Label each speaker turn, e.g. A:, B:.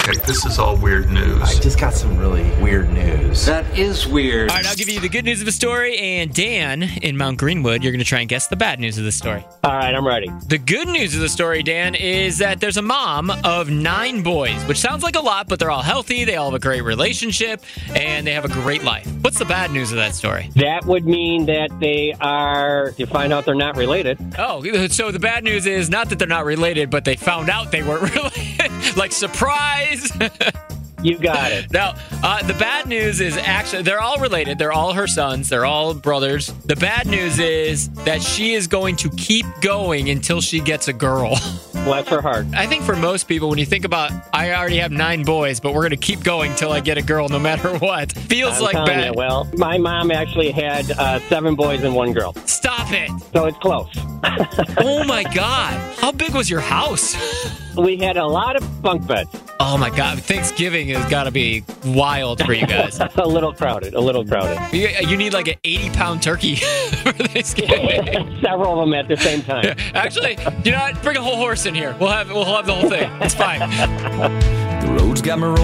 A: Okay, this is all weird
B: I
A: news.
B: just got some really weird news.
C: That is weird.
D: All right, I'll give you the good news of the story, and Dan in Mount Greenwood, you're going to try and guess the bad news of the story.
E: All right, I'm ready.
D: The good news of the story, Dan, is that there's a mom of nine boys, which sounds like a lot, but they're all healthy, they all have a great relationship, and they have a great life. What's the bad news of that story?
E: That would mean that they are, you find out they're not related.
D: Oh, so the bad news is not that they're not related, but they found out they weren't related. like, surprise!
E: You got it.
D: Now, uh, the bad news is actually they're all related. They're all her sons. They're all brothers. The bad news is that she is going to keep going until she gets a girl.
E: Bless her heart.
D: I think for most people, when you think about, I already have nine boys, but we're going to keep going till I get a girl, no matter what. Feels
E: I'm
D: like
E: telling
D: bad.
E: you, well, my mom actually had uh, seven boys and one girl,
D: Stop it!
E: so it's close.
D: Oh my god, how big was your house?
E: We had a lot of bunk beds.
D: Oh my god, Thanksgiving has got to be wild for you guys.
E: a little crowded. A little crowded.
D: You, you need like an eighty-pound turkey for Thanksgiving.
E: Several of them at the same time.
D: Actually, you know what? Bring a whole horse in here. We'll have we'll have the whole thing. It's fine.
C: The road's got me rolling.